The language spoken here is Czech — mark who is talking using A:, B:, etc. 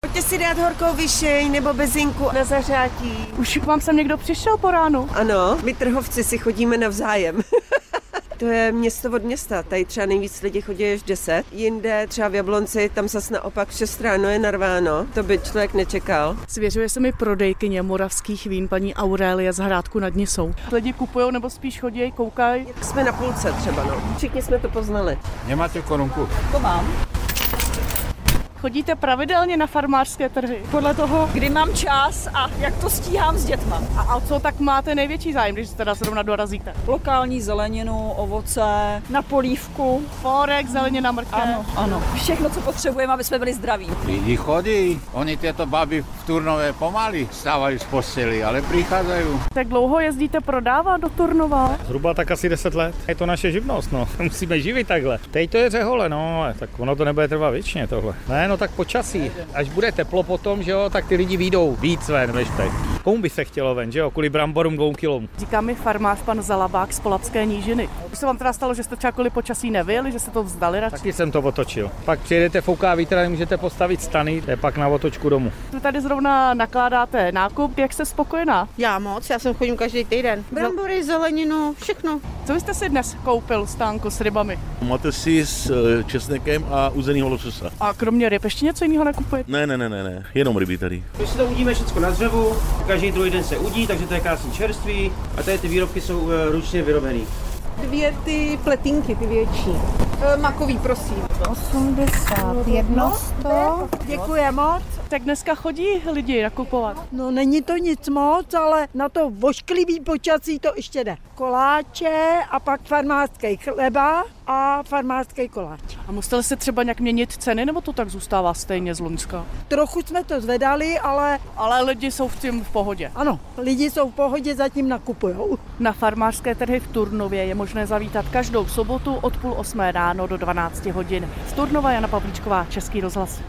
A: Pojďte si dát horkou vyšej nebo bezinku na zařátí.
B: Už k vám sem někdo přišel po ránu.
A: Ano, my trhovci si chodíme navzájem. To je město od města, tady třeba nejvíc lidi chodí až 10, jinde třeba v Jablonci, tam zas naopak 6 ráno je narváno, to by člověk nečekal.
B: Svěřuje se mi prodejkyně moravských vín paní Aurelia z Hrádku nad Nisou. Lidi kupují nebo spíš chodí, koukají.
A: Jsme na půlce třeba, no. Všichni jsme to poznali.
C: Nemáte korunku?
D: To mám.
B: Chodíte pravidelně na farmářské trhy. Podle toho,
D: Kdy mám čas a jak to stíhám s dětma.
B: a, a co tak máte největší zájem, když teda zrovna dorazíte?
D: Lokální zeleninu, ovoce, na polívku.
B: Forek, zelenina, mrkev.
D: Ano, ano. Všechno, co potřebujeme, aby jsme byli zdraví.
C: Lidi chodí. Oni tyto baby v Turnové pomaly stávají z posteli, ale přicházejí.
B: Tak dlouho jezdíte prodávat do Turnova?
E: Zhruba tak asi 10 let. Je to naše živnost, no. Musíme živit takhle. Teď to je řehole, no, ale tak ono to nebude trvat věčně tohle. Ne, no tak počasí. Až bude teplo potom, že jo, tak ty lidi výjdou víc ven než teď. Komu by se chtělo ven, že jo, kvůli bramborům dvou kilům.
B: Říká mi farmář pan Zalabák z Polabské nížiny. Už se vám teda stalo, že jste třeba kvůli počasí nevyjeli, že se to vzdali radši?
E: Taky jsem to otočil. Pak přijedete, fouká vítr a nemůžete postavit stany, to je pak na otočku domů.
B: Vy tady zrovna nakládáte nákup, jak jste spokojená?
F: Já moc, já sem chodím každý týden. Brambory, zeleninu, všechno.
B: Co byste si dnes koupil stánku s rybami?
G: Máte si s eh, česnekem a uzenýho lososa.
B: A kromě ryb ještě něco jiného nakupujete?
G: Ne, ne, ne, ne, ne, jenom ryby tady.
H: My si to udíme všechno na dřevu, každý druhý den se udí, takže to je krásný čerství a tady ty výrobky jsou eh, ručně vyrobený.
I: Dvě ty pletinky, ty větší.
F: E,
I: Makový, prosím.
F: 81, 100.
I: Děkuji moc.
B: Tak dneska chodí lidi nakupovat.
I: No není to nic moc, ale na to vošklivý počasí to ještě jde. Koláče a pak farmářský chleba a farmářský koláč.
B: A museli se třeba nějak měnit ceny, nebo to tak zůstává stejně z Loňska?
I: Trochu jsme to zvedali, ale
B: Ale lidi jsou v tím v pohodě.
I: ano, lidi jsou v pohodě, zatím nakupujou.
B: Na farmářské trhy v Turnově je možné zavítat každou sobotu od půl osmé ráno do 12 hodin. Z Turnova Jana Pavlíčková, Český rozhlas.